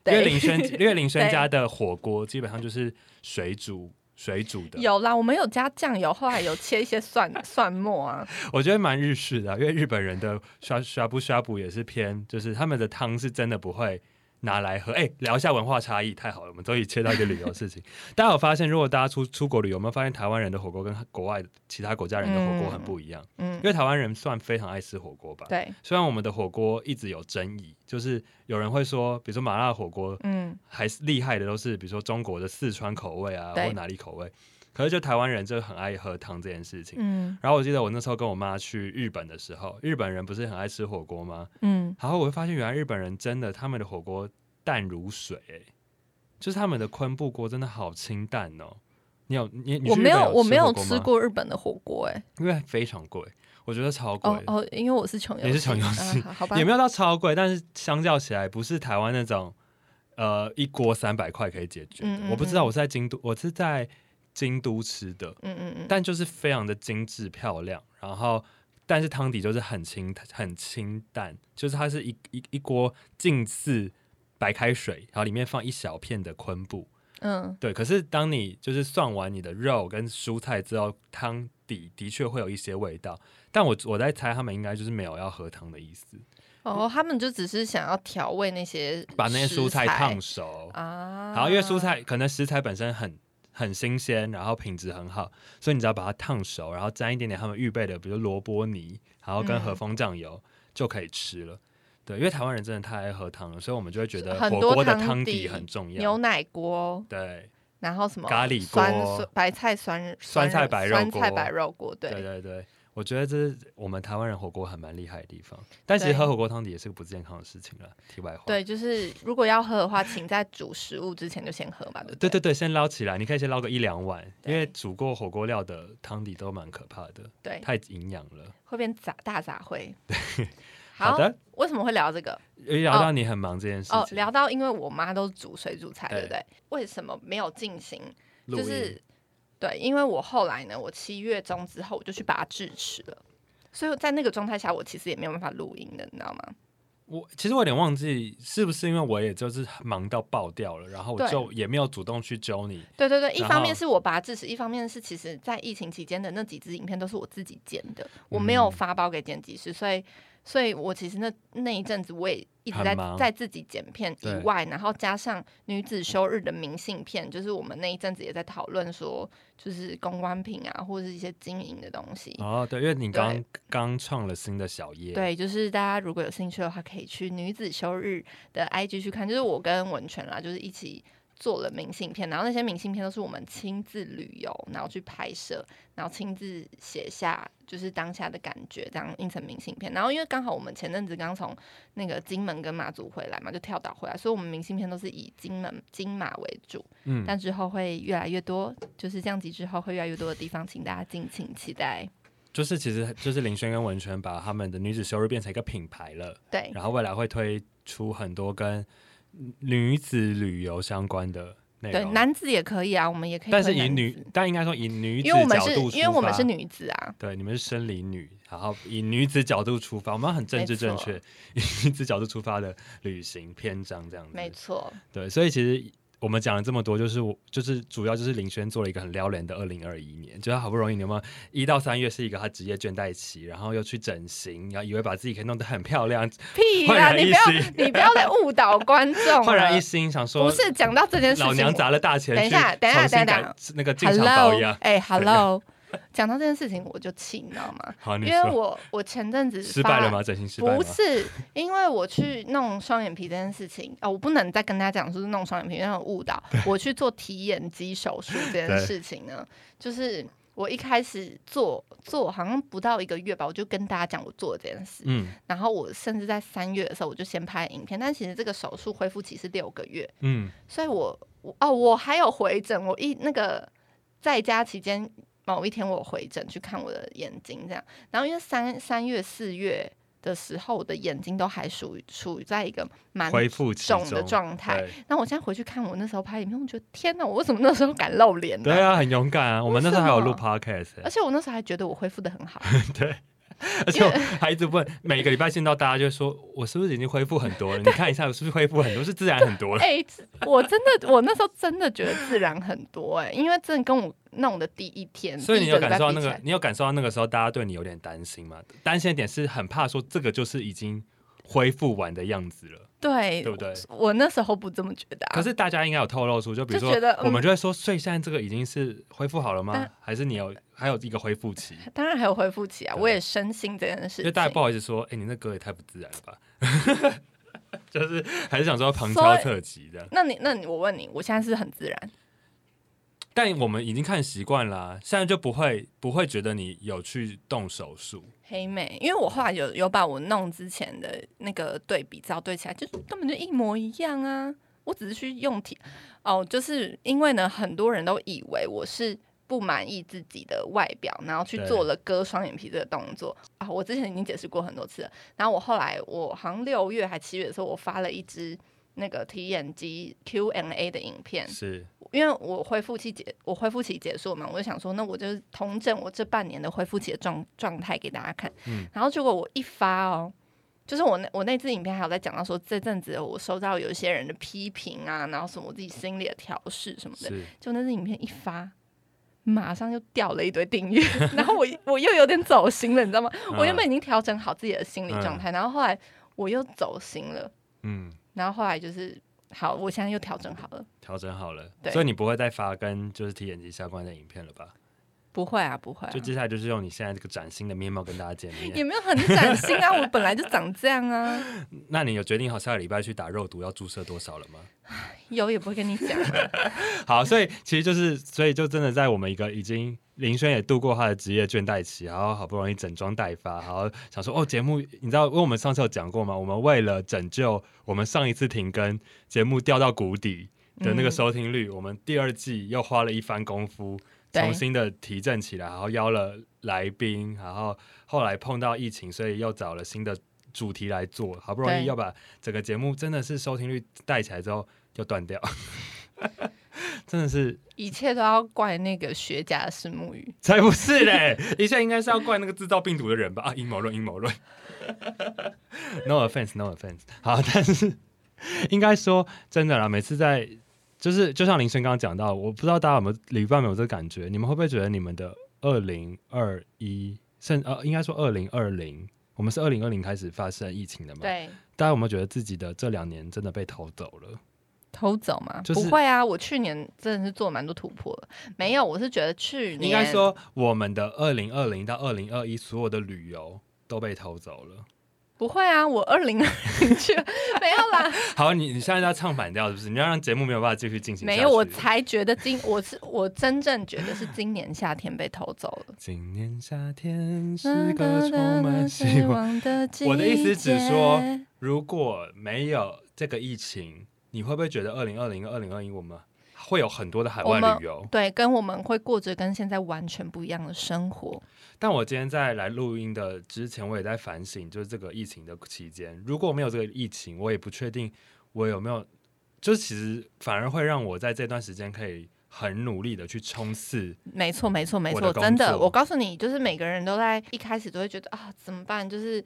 B: 因为
A: 对，
B: 林轩因为林轩
A: 对
B: 家的火锅基本上就是水煮水煮 的，
A: 有啦，我们有加酱油，后来有切一些蒜蒜末啊，
B: 我觉得蛮日式的啊，因为日本人的刷刷布刷布也是偏，就是他们的汤是真的不会拿来喝。哎、聊一下文化差异，太好了，我们终于切到一个旅游事情。大家有发现，如果大家出出国旅游，有没有发现台湾人的火锅跟国外其他国家人的火锅很不一样？
A: 嗯
B: 因，为台湾人算非常爱吃火锅吧。
A: 对，
B: 虽然我们的火锅一直有争议，就是有人会说，比如说麻辣火锅
A: 嗯，
B: 还是厉害的都是比如说中国的四川口味啊，
A: 对
B: 或哪里口味，可是就台湾人就很爱喝汤这件事情。
A: 嗯
B: 然后我记得我那时候跟我妈去日本的时候，日本人不是很爱吃火锅吗？
A: 嗯，
B: 然后我会发现，原来日本人真的他们的火锅淡如水、欸，就是他们的昆布锅真的好清淡哦。你有你你去
A: 我没
B: 日
A: 有
B: 本
A: 我没有
B: 火锅吗
A: 吃，过日本的火锅，哎，
B: 因为非常贵，我觉得超贵。
A: 哦哦，因为我是穷游，
B: 你是穷游
A: 戏
B: 戏
A: 啊，好好吧
B: 也，没有到超贵，但是相较起来，不是台湾那种呃一锅三百块可以解决的。
A: 嗯嗯
B: 我不知道
A: 嗯
B: 我是在京都，我是在京都吃的，
A: 嗯嗯嗯，
B: 但就是非常的精致漂亮，然后但是汤底就是很清很清淡，就是它是一一一锅近似白开水，然后里面放一小片的昆布，
A: 嗯
B: 对。可是当你就是涮完你的肉跟蔬菜之后，汤底的确会有一些味道，但我我在猜他们应该就是没有要喝汤的意思，
A: 哦，他们就只是想要调味那些
B: 把那些蔬
A: 食
B: 菜
A: 材
B: 烫熟，
A: 啊，
B: 然后因为蔬菜可能食材本身很很新鲜，然后品质很好，所以你只要把它烫熟，然后沾一点点他们预备的，比如萝卜泥，然后跟
A: 嗯
B: 和风酱油、就可以吃了。对，因为台湾人真的太爱喝汤了，所以我们就会觉得
A: 很
B: 火
A: 多
B: 锅的
A: 汤
B: 汤
A: 底
B: 很重
A: 牛
B: 要。
A: 奶锅，
B: 对，
A: 然后什么
B: 咖喱
A: 酸
B: 锅
A: 酸白菜酸
B: 酸菜白肉
A: 酸菜
B: 锅
A: 白肉锅，
B: 对
A: 对，
B: 对对，我觉得这是我们台湾人火锅还蛮厉害的地方。但其实
A: 对
B: 喝火锅汤底也是个不健康的事情了。题外话，
A: 对，就是如果要喝的话，请在煮食物之前就先喝吧，对不
B: 对对
A: 对
B: 对，先捞起来，你可以先捞个一两碗，因
A: 对
B: 为煮过火锅料的汤底都蛮可怕的，
A: 对，
B: 太营养了。
A: 会变杂大杂烩。
B: 好的，
A: 为什么会聊这个？
B: 也聊到你很忙这件事情。
A: 哦，聊到因为我妈都煮水煮菜，
B: 对
A: 对不对？为什么没有进行？
B: 录
A: 就
B: 音
A: 是对，因为我后来呢，我七月中之后我就去把它制止了，所以在那个状态下，我其实也没有办法录音的，你知道吗？
B: 我其实我有点忘记是不是因为我也就是忙到爆掉了，然后我
A: 对
B: 就也没有主动去揪你。
A: 对对对，一
B: 然
A: 方
B: 后
A: 面是我把它制止，一方面是其实在疫情期间的那几支影片都是我自己剪的，我没有
B: 嗯
A: 发包给剪辑师，所以。所以我其实那那一阵子我也一直
B: 很
A: 在
B: 忙
A: 在自己剪片以
B: 对
A: 外，然后加上女子休日的明信片，就是我们那一阵子也在讨论说，就是公关品啊，或者是一些经营的东西。
B: 哦，对，因为你刚
A: 对
B: 刚创了新的小业，，
A: 对，就是大家如果有兴趣的话，可以去女子休日的 IG 去看，就是我跟文泉啦，就是一起做了明信片，然后那些明信片都是我们亲自旅游，然后去拍摄，然后亲自写下就是当下的感觉，这样印成明信片。然后因为刚好我们前阵子刚从那个金门跟马祖回来嘛，就跳岛回来，所以我们明信片都是以金门金马为主，
B: 嗯，
A: 但之后会越来越多，就是降级之后会越来越多的地方，请大家敬请期待。
B: 就是其实就是林轩跟文泉把他们的女子修日变成一个品牌了，
A: 对，
B: 然后未来会推出很多跟女子旅游相关的内
A: 对，
B: 容。
A: 男子也可以啊，我们也可以，
B: 但是以女，，但应该说以女子
A: 因为我们
B: 角
A: 是
B: 度，
A: 因为我们
B: 出发
A: 是女子啊，
B: 对，你们是生理女，然后以女子角度出发，我们要很政治正确，
A: 没
B: 以女子角度出发的旅行篇章这样
A: 没
B: 子。
A: 错，
B: 对，所以其实我们讲了这么多，就是我就是主要就是林轩做了一个很撩人的二零二一年，就是他好不容易，你有没有一到三月是一个他职业倦怠期，然后又去整形，然后以为把自己可以弄得很漂亮，
A: 屁
B: 焕
A: 啦，
B: 然
A: 你
B: 一
A: 不要
B: 新，
A: 你不要再误导观众了，
B: 焕然一新，想说
A: 不是讲到这件事情，
B: 老娘砸了大钱
A: 等一
B: 去
A: 下等一下
B: 重
A: 等
B: 新
A: 一下
B: 改那个进场
A: Hello，
B: 保养。
A: 哎、h e l l o 讲到这件事情我就气，你知道吗？
B: 好，
A: 因
B: 你
A: 为
B: 说
A: 我我前阵子
B: 失
A: 发
B: 败了吗？整形失败
A: 不
B: 吗？
A: 是，因为我去弄双眼皮这件事情哦，我不能再跟大家讲说是弄双眼皮，因为很误导。我去做提眼肌手术 这件
B: 对
A: 事情呢，就是我一开始做做好像不到一个月吧，我就跟大家讲我做了这件事，
B: 嗯
A: 然后我甚至在三月的时候我就先拍影片，但其实这个手术恢复期是六个月，
B: 嗯，
A: 所以我我哦，我还有回诊，我一那个在家期间某一天我有回诊去看我的眼睛，这样，然后因为三三月四月的时候，我的眼睛都还属于处于在一个蛮
B: 恢复其
A: 肿的
B: 中
A: 状态。
B: 对
A: 那我现在回去看我那时候拍影片，我觉得天哪，我为什么那时候敢露脸呢、
B: 对啊，很勇敢啊！我们那时候还有录
A: 为什
B: podcast，
A: 而
B: 欸
A: 且我那时候还觉得我恢复的很好，
B: 对，而且我还一直问，每个礼拜见到大家就说，我是不是已经恢复很多了？你看一下，我是不是恢复很多？是自然很多了。
A: 哎、我真的，我那时候真的觉得自然很多哎、因为真的跟我弄的第一天，
B: 所以
A: 第
B: 你
A: 一
B: 有
A: 礼
B: 感
A: 拜
B: 受到
A: 比
B: 那
A: 起来
B: 个，你有感受到那个时候大家对你有点担心吗？担心的点是很怕说这个就是已经恢复完的样子了，
A: 对
B: 对不对？
A: 嗯我那时候不这么觉得、啊，
B: 可是大家应该有透露出，就比如
A: 就
B: 说
A: 觉得嗯
B: 我们就会说，所以现在这个已经是恢复好了吗
A: 但？
B: 还是你有还有一个恢复期？
A: 当然还有恢复期啊，
B: 对
A: 我也深信这件事
B: 就
A: 情。
B: 大家不好意思说，哎、你那歌也太不自然了吧， 就是还是想说旁
A: 所
B: 敲
A: 以
B: 侧击这样。
A: 那你那你我问你，我现在是很自然，
B: 但我们已经看习惯啦，现在就不会不会觉得你有去动手术，
A: 黑妹，因为我后来有有把我弄之前的那个对比照对起来，就是根本就一模一样啊。我只是去用体哦，就是因为呢，很多人都以为我是不满意自己的外表，然后去
B: 对
A: 做了割双眼皮这个动作啊。我之前已经解释过很多次了。然后我后来，我好像六月还七月的时候，我发了一支那个提眼肌 Q&A 的影片，
B: 是
A: 因为我恢复期结我恢复期结束嘛，我就想说，那我就是同整我这半年的恢复期的状状态给大家看。
B: 嗯
A: 然后结果我一发哦，就是我那我那支影片还有在讲到说，这阵子我收到有一些人的批评啊，然后什么我自己心里的调试什么的，
B: 是，
A: 就那支影片一发。马上就掉了一堆订阅， 然后我我又有点走心了，你知道吗？我原本
B: 嗯
A: 已经调整好自己的心理状态，然后后来我又走心了，
B: 嗯
A: 然后后来就是好，我现在又调整好了。
B: 调整好了，
A: 对
B: 所以你不会再发跟就是提眼睛相关的影片了吧？
A: 不会啊，不会、啊，
B: 就接下来就是用你现在这个崭新的面貌跟大家见
A: 也
B: 面。
A: 没有很崭新啊，我本来就长这样啊，
B: 那你有决定好下个礼拜去打肉毒要注射多少了吗？
A: 有也不会跟你讲啊。
B: 好，所以其实就是，所以就真的在我们一个已经林轩也度过他的职业倦怠期，然后好不容易整装待发，然后想说哦，节目你知道，因为我们上次有讲过嘛，我们为了拯救我们上一次停更节目掉到谷底的那个收听率，我们第二季又花了一番功夫。
A: 对
B: 重新的提振起来，然后邀了来宾，然后后来碰到疫情，所以又找了新的主题来做，好不容易
A: 对
B: 要把整个节目真的是收听率带起来之后，又断掉， 真的是
A: 一切都要怪那个学家的石木鱼，
B: 才不是 嘞！一下应该是要怪那个制造病毒的人吧？啊，阴谋论，阴谋论。no offense，no offense。好，但是应该说真的啦，每次在就是就像林轩刚刚讲到，我不知道大家有没有礼拜有没有这个感觉，你们会不会觉得你们的二零二一，甚呃应该说二零二零，我们是二零二零开始发生疫情的嘛？。
A: 对，
B: 大家有没有觉得自己的这两年真的被偷走了？
A: 偷走嘛？
B: 就是
A: 不会啊，我去年真的是做蛮多突破的。没有，我是觉得去年
B: 应该说，我们的二零二零到二零二一所有的旅游都被偷走了。
A: 不会啊，我二零二零去没有 啦，
B: 好，你你现在要唱反调是不是？你要让节目没有办法继续进行下
A: 没
B: 去。
A: 有，我才觉得今我是我真正觉得是今年夏天被偷走了。
B: 今年夏天是
A: 嗯
B: 个充满希望。
A: 望的季
B: 我的意思只
A: 节
B: 说哦如果没有这个疫情，你会不会觉得二零二零、二零二一我们会有很多的海外
A: 我们
B: 旅游？
A: 对，跟我们会过着跟现在完全不一样的生活。
B: 但我今天在来录音的之前，我也在反省，就是这个疫情的期间，如果没有这个疫情，我也不确定我有没有，就是其实反而会让我在这段时间可以很努力的去冲刺。
A: 没错，没错，没
B: 我
A: 错，
B: 的工
A: 真的，
B: 作
A: 我告诉你，就是每个人都在一开始都会觉得啊，怎么办？就是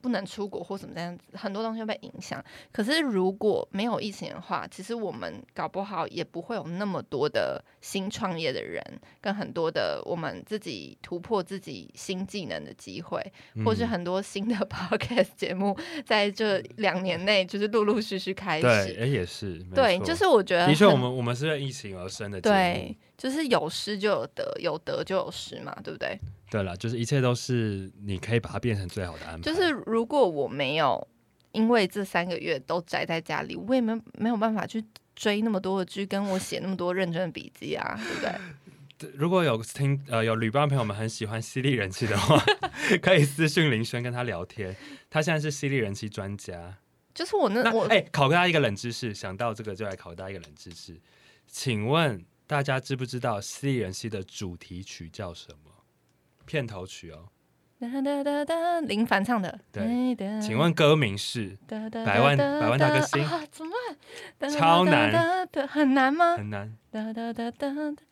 A: 不能出国或怎么这样子，很多东西会被影响。可是如果没有疫情的话，其实我们搞不好也不会有那么多的新创业的人，跟很多的我们自己突破自己新技能的机会。或是
B: 嗯
A: 很多新的 podcast 节目，在这两年内就是陆陆续续开
B: 对，
A: 始。
B: 哎也是，没
A: 对，
B: 错
A: 就是我觉得
B: 的确，
A: 呃很
B: 我们我们是为疫情而生的节目。
A: 对，就是有失就有得，有得就有失嘛，对不对？
B: 对了，就是一切都是你可以把它变成最好的安排。
A: 就是如果我没有因为这三个月都宅在家里，我也没没有办法去追那么多的剧，跟我写那么多认真的笔记啊，对不 对？
B: 如果有听呃有旅伴朋友们很喜欢犀利人气的 话，可以私讯林轩跟他聊天。他现在是犀利人气专家。
A: 就是我那
B: 那
A: 呃我
B: 哎、考大家一个冷知识，想到这个就来考大家一个冷知识。请问大家知不知道犀利人气的主题曲叫什么？片头曲哦，
A: 哒哒哒哒林凡唱的，
B: 对
A: 哎哒
B: 请问歌名是？
A: 哒哒
B: 百万
A: 哒哒
B: 百万大歌星
A: 啊，怎么办？
B: 超难
A: 哒哒哒，很难吗？
B: 很难，
A: 哒哒哒哒哒哒。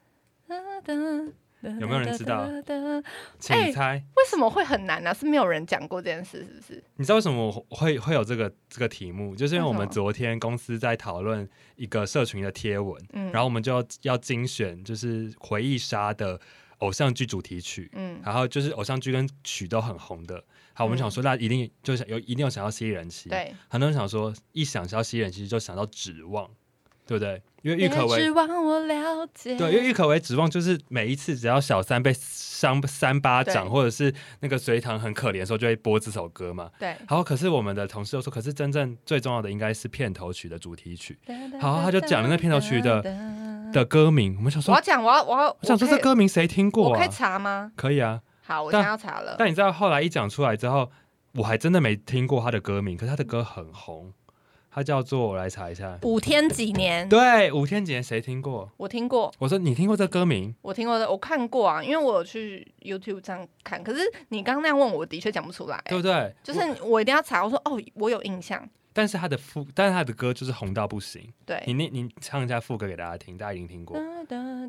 A: 有
B: 没有人知道
A: 为
B: 请
A: 哎
B: 猜。
A: 什么会很难呢、是没有人讲过这件事，是不是？
B: 你知道为什么我会会有这个这个题目？就是因为我
A: 为
B: 们
A: 什么
B: 昨天公司在讨论一个社群的贴文，
A: 嗯，
B: 然后我们就要要精选就是回忆杀的偶像剧主题曲，
A: 嗯，
B: 然后就是偶像剧跟曲都很红的。好，我
A: 嗯
B: 们想说，那一定就是有一定有想要吸人气，，
A: 对，
B: 很多人想说一想到吸人气就想到指望，对不对？因为郁
A: 别
B: 可唯
A: 指望我了解，
B: 对，因为郁可唯指望就是每一次只要小三被伤三巴掌，
A: 对
B: 或者是那个隋唐很可怜的时候，就会播这首歌嘛。
A: 对，
B: 好，可是我们的同事又说，可是真正最重要的应该是片头曲的主题曲好他就讲了那片头曲的
A: 的。
B: 的歌名。我们想
A: 嗯我
B: 说
A: 要，讲，我要，我要，
B: 我想说
A: 可
B: 这
A: 以
B: 歌名谁听过
A: 我可
B: 啊
A: 以？呃查吗？
B: 可以啊，
A: 好，我
B: 但
A: 现在要查了。
B: 但你知道后来一讲出来之后，我还真的没听过他的歌名，可是他的歌很红，他叫做我来查一下，
A: 五天几年？
B: 对，五天节谁听过？
A: 我听过，
B: 我说你听过这歌名？
A: 我听过的，我看过啊，因为我有去 YouTube 上看。可是你刚刚那样问我，我的确讲不出来、
B: 对不对？
A: 哎就是
B: 我，
A: 我一定要查。我说哦，我有印象，
B: 但是他的副，但是他的歌就是红到不行。
A: 对。
B: 你你你唱一下副歌给大家听，大家已经听过。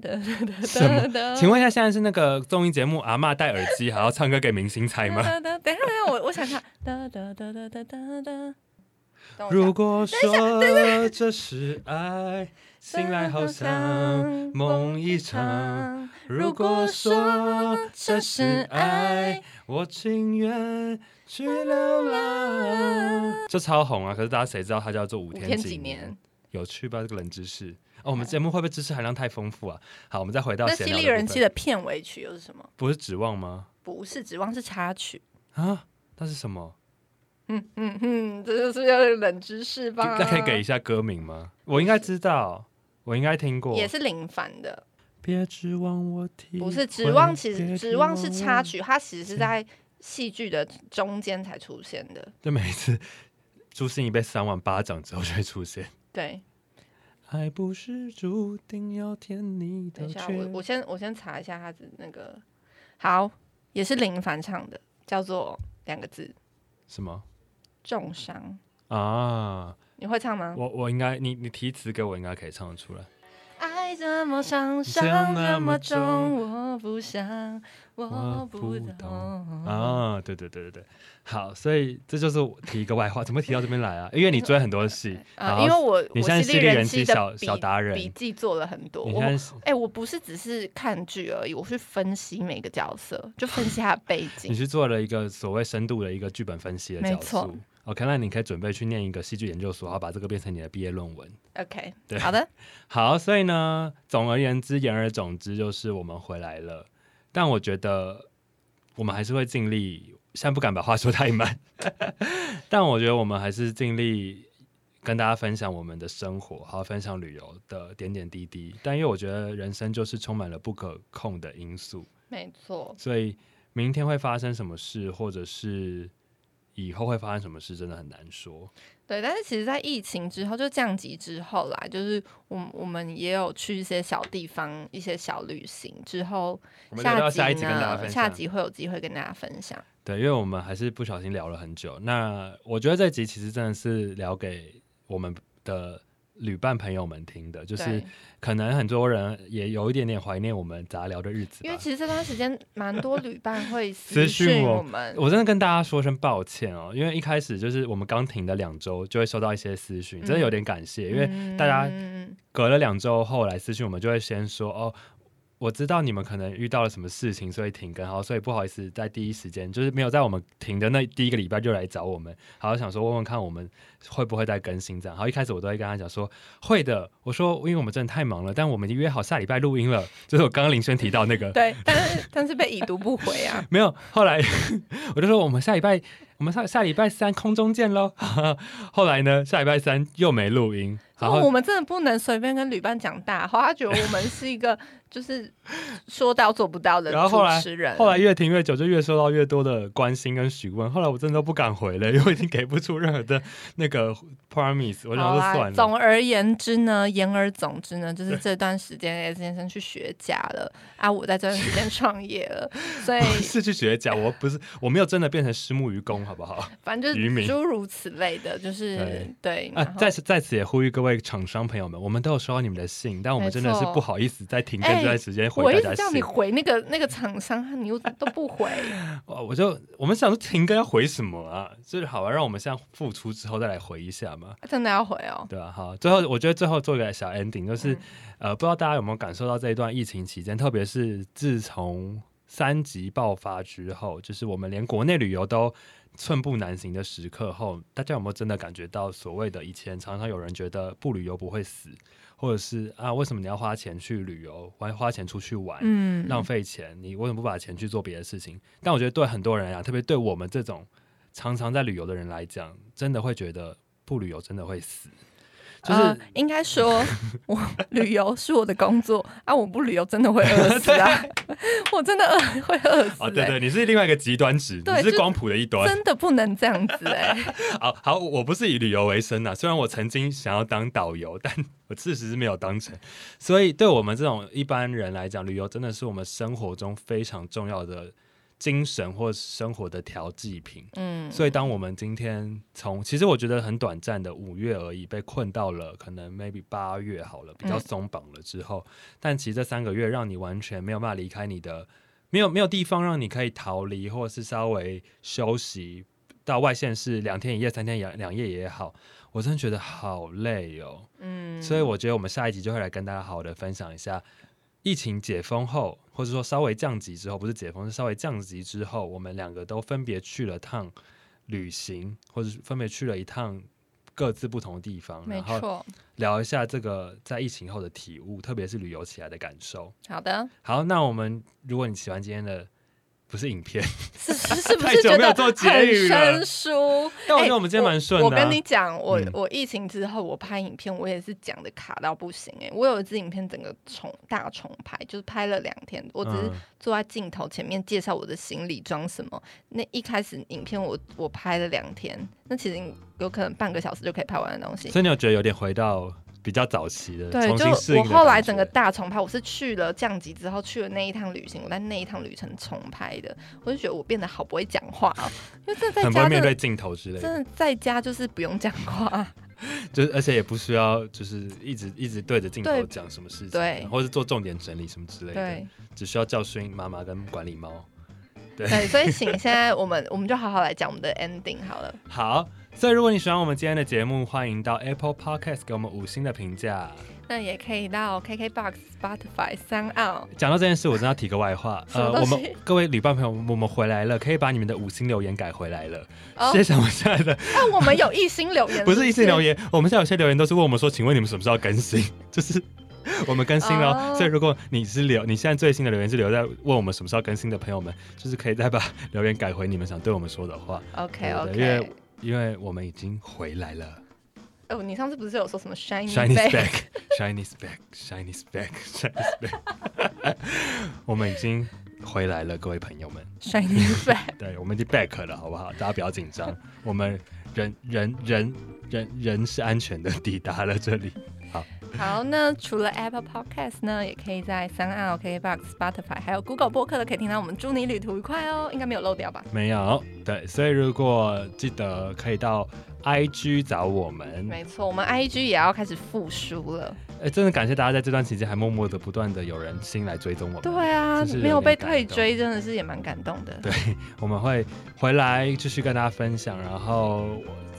B: 什
A: 什
B: 么请问一下，现在是那个综艺节目阿嬷戴耳机还要唱歌给明星猜吗？
A: 等一下，等一下，我我想想，哒哒哒哒哒哒哒。等我一下
B: 如果说这是爱，醒来后像梦一场。，如果说这是爱，，我情愿去流浪。这超红啊！可是大家谁知道它叫做五
A: 五
B: 天
A: 天
B: 几
A: 几年？
B: 有趣吧？这个冷知识哦，我们节目会不会知识含量太丰富啊？好，我们再回到
A: 那《
B: 闲
A: 犀
B: 聊的
A: 利
B: 部
A: 人
B: 分
A: 气》的片尾曲又是什么？
B: 不是指望吗？
A: 不是指望是插曲。
B: 啊，那是什么？
A: 嗯嗯嗯，这就是要冷知识吧？
B: 那可以给一下歌名吗？我应该知道，我应该听过。
A: 也是林凡的，
B: 别指望我体
A: 不是
B: 会
A: 指望，其
B: 别
A: 实指望是
B: 我
A: 插曲，它其实是在戏剧的中间才出现的。
B: 就每一次朱心怡被扇完巴掌之后就会出现。
A: 对，
B: 爱不是注定要填你
A: 等
B: 的
A: 一下，
B: 缺
A: 我。我先我先查一下他的那个，好，也是林凡唱的，叫做两个字
B: 什么
A: 重伤。
B: 啊？
A: 你会唱吗？
B: 我我应该，你你提词给我，应该可以唱得出来。
A: 爱这么伤，伤这么重，我不想，我不懂。
B: 啊，对对对对对，好，所以这就是我提一个外话，怎么提到这边来啊？因为你追很多 戏，然
A: 啊，
B: 后
A: 因为我
B: 你现
A: 我
B: 在
A: 犀
B: 犀利
A: 利
B: 人
A: 气
B: 气
A: 的
B: 小
A: 笔
B: 小达人
A: 笔记做了很多。
B: 你
A: 我
B: 现在
A: 哎、
B: 是
A: 我不是只是看剧而已，我去分析每个角色，就分析他的背
B: 你
A: 景。
B: 是做了一个所谓深度的一个剧本分析的
A: 没
B: 角
A: 错
B: 度。OK，那你可以准备去念一个戏剧研究所，然后把这个变成你的毕业论文。
A: OK，
B: 对
A: 好的，
B: 好，所以呢，总而言之，言而总之，就是我们回来了。但我觉得我们还是会尽力现在不敢把话说太满， 但我觉得我们还是尽力跟大家分享我们的生活，还有分享旅游的点点滴滴。但因为我觉得人生就是充满了不可控的因素，
A: 没错，
B: 所以明天会发生什么事，或者是以后会发生什么事，真的很难说。
A: 对。但是其实，在疫情之后，就降级之后啦，就是我我们也有去一些小地方、一些小旅行之后，
B: 我们留到下一集
A: 集
B: 跟大家
A: 呢，
B: 分
A: 下
B: 享。
A: 集会有机会跟大家分享。
B: 对，因为我们还是不小心聊了很久。那我觉得这集其实真的是聊给我们的旅伴朋友们听的，就是
A: 对，
B: 可能很多人也有一点点怀念我们杂聊的日子
A: 因为
B: 吧。
A: 其实这段时间蛮多旅伴会
B: 私
A: 私
B: 讯
A: 讯
B: 我
A: 我们，
B: 我真的跟大家说声抱歉哦，因为一开始就是我们刚停的两周就会收到一些私讯，真的有点感谢，因为大家
A: 嗯
B: 隔了两周后来私讯我们就会先说哦，我知道你们可能遇到了什么事情，所以停更，好，所以不好意思在第一时间就是没有在我们停的那第一个礼拜就来找我们，好想说问问看我们会不会再更新这样。好，一开始我都会跟他讲说会的，我说因为我们真的太忙了，但我们已经约好下礼拜录音了，就是我刚刚林轩提到那个，，
A: 对，但是但是被已读不回啊
B: 没有，后来 我就说我们下礼拜，我们下下礼拜三空中见喽。 后来呢，下礼拜三又没录音，然
A: 因为
B: 后
A: 我们真的不能随便跟旅伴讲大话，他觉得我们是一个就是说到做不到的
B: 然后后
A: 主
B: 来
A: 持人。
B: 后来越停越久，就越收到越多的关心跟询问。后来我真的都不敢回了，因为我已经给不出任何的那个 promise，我想
A: 好
B: 说
A: 啦
B: 算了。
A: 总而言之呢，言而总之呢，就是这段时间 S 先生去学假了啊，我在这段时 间创业了，所以
B: 我 是去学假，我不是我没有真的变成虱目鱼公，好不 好？
A: 反正就
B: 渔民
A: 是诸如此类的，就是对。
B: 啊
A: 然，后
B: 在此在此也呼吁各位厂商朋友们，我们都有收到你们的信，但我们真的是
A: 没错
B: 不好意思在停更这段时间
A: 哎我
B: 回
A: 一
B: 大
A: 直
B: 家
A: 叫
B: 信
A: 你。回那个那个厂商，你又都不回。
B: 哦，我就我们想说停更要回什么啊？就是好啊，让我们像付出之后再来回一下嘛，
A: 真的要回哦。
B: 对吧、啊好，最后我觉得最后做个小 ending，就是、呃，不知道大家有没有感受到这一段疫情期间，特别是自从三级爆发之后，就是我们连国内旅游都寸步难行的时刻后，大家有没有真的感觉到所谓的以前常常有人觉得不旅游不会死，或者是啊为什么你要花钱去旅游，花花钱出去玩？
A: 嗯，
B: 浪费钱，你为什么不把钱去做别的事情？但我觉得对很多人啊，特别对我们这种常常在旅游的人来讲，真的会觉得不旅游真的会死。就是、
A: 呃、应该 说，我旅游是我的工作啊，我不旅游真的会饿死啊， 我真的饿会饿死、欸，
B: 哦，对啊对，你是另外一个极端值，
A: 对
B: 你是
A: 就
B: 光谱的一端。
A: 真的不能这样子哎、
B: 好好，我不是以旅游为生啊，虽然我曾经想要当导游，但我事实是没有当成。所以对我们这种一般人来讲，旅游真的是我们生活中非常重要的精神或生活的调剂品。
A: 嗯，
B: 所以，当我们今天从其实我觉得很短暂的五月而已，被困到了可能 maybe 八月好了，比较
A: 嗯
B: 松绑了之后，但其实这三个月让你完全没有办法离开你的，没有没有地方让你可以逃离，或者是稍微休息到外县市两天一夜、三天两两夜也好，我真的觉得好累哦。
A: 嗯，
B: 所以我觉得我们下一集就会来跟大家好好的分享一下疫情解封后，或者说稍微降级之后，不是解封，是稍微降级之后，我们两个都分别去了趟旅行，或者是分别去了一趟各自不同的地方，
A: 没
B: 然后
A: 错，
B: 聊一下这个在疫情后的体悟，特别是旅游起来的感受。
A: 好的，
B: 好，那我们如果你喜欢今天的。不是影 片，
A: 是是是不
B: 太
A: 是
B: 久
A: 觉
B: 没有
A: 得
B: 做
A: 很
B: 结语了
A: 生疏？
B: 但我觉
A: 哎
B: 得我们今天蛮顺的
A: 我
B: 啊
A: 跟你讲，我
B: 嗯
A: 我疫情之后，我拍影片，我也是讲的卡到不行哎、我有一支影片整个重大重拍，就是拍了两天，我只是
B: 嗯
A: 坐在镜头前面介绍我的行李装什么。那一开始影片我我拍了两天，那其实有可能半个小时就可以拍完的东西。
B: 所以你有觉得有点回到比较早期的，
A: 对，
B: 重新适
A: 就
B: 应
A: 我
B: 的
A: 后来
B: 感
A: 整
B: 觉
A: 个大重拍，我是去了降级之后去了那一趟旅行，我在那一趟旅程重拍的，我就觉得我变得好不会讲话哦，因为真的在
B: 很不会
A: 家
B: 面
A: 真
B: 对
A: 的
B: 镜头之类的，
A: 真的在家就是不用讲话，啊
B: 就是而且也不需要就是一直一直对着镜头
A: 对
B: 讲什么事情，啊
A: 对
B: 或是做重点整理什么之类的
A: 对，
B: 只需要教训妈妈跟管理猫。
A: 对， 所以请现在我们我们就好好来讲我们的 ending 好了，
B: 好，所以如果你喜欢我们今天的节目，欢迎到 Apple Podcast 给我们五星的评价。
A: 那也可以到 KKBox、Spotify、三 澳，
B: 讲到这件事，我真的要提个外话，呃
A: 什么东
B: 我
A: 西
B: 们各位旅伴朋友，我们回来了，可以把你们的五星留言改回来了。
A: 哦
B: 谢谢我们现在的
A: 那哦我们有一星留言，
B: 不是一星留
A: 言，
B: 言，我们现在有些留言都是问我们说，请问你们什么时候更新？就是我们更新了哦。
A: 哦
B: 所以如果你是留你现在最新的留言是留在问我们什么时候更新的朋友们，就是可以再把留言改回你们想对我们说的话。
A: OK
B: 对对因为
A: OK。
B: 因为我们已经回来了
A: 哦，你上次不是有说什么 shiny
B: ，Shiny
A: back？
B: back，Shiny back，Shiny back，Shiny back，我 们已经回来了，各位朋友们。
A: shiny back？
B: 对，我们已经 back 了，好不好？大家不要紧张，我们人人人人人是安全的抵达了这里。
A: 好，那除了 Apple Podcast 呢，也可以在三岸 KBox、Spotify 还有 Google 播客都可以听到我们祝你旅途愉快哦，应该没有漏掉吧？
B: 没有，对，所以如果记得可以到 IG 找我们。
A: 没错，我们 IG 也要开始复苏了。
B: 哎，真的感谢大家在这段期间还默默的不断的有人新来追踪我们。
A: 对啊，
B: 真是有
A: 没有被
B: 点感
A: 退
B: 动
A: 追真的是也蛮感动的。
B: 对，我们会回来继续跟大家分享，然后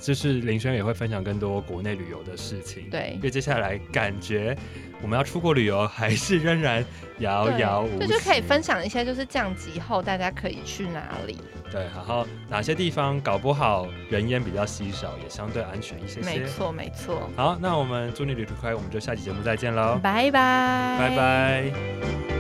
B: 就是林轩也会分享更多国内旅游的事情。
A: 对
B: 因为接下来感觉我们要出国旅游还是仍然遥
A: 对
B: 哦遥无期。
A: 这就可以分享一些，就是降级后大家可以去哪里？
B: 对，然后哪些地方搞不好人烟比较稀少，也相对安全一些
A: 没
B: 些。
A: 错，没错。
B: 好，那我们祝你旅途快乐，我们就下期节目再见喽，
A: 拜拜，
B: 拜拜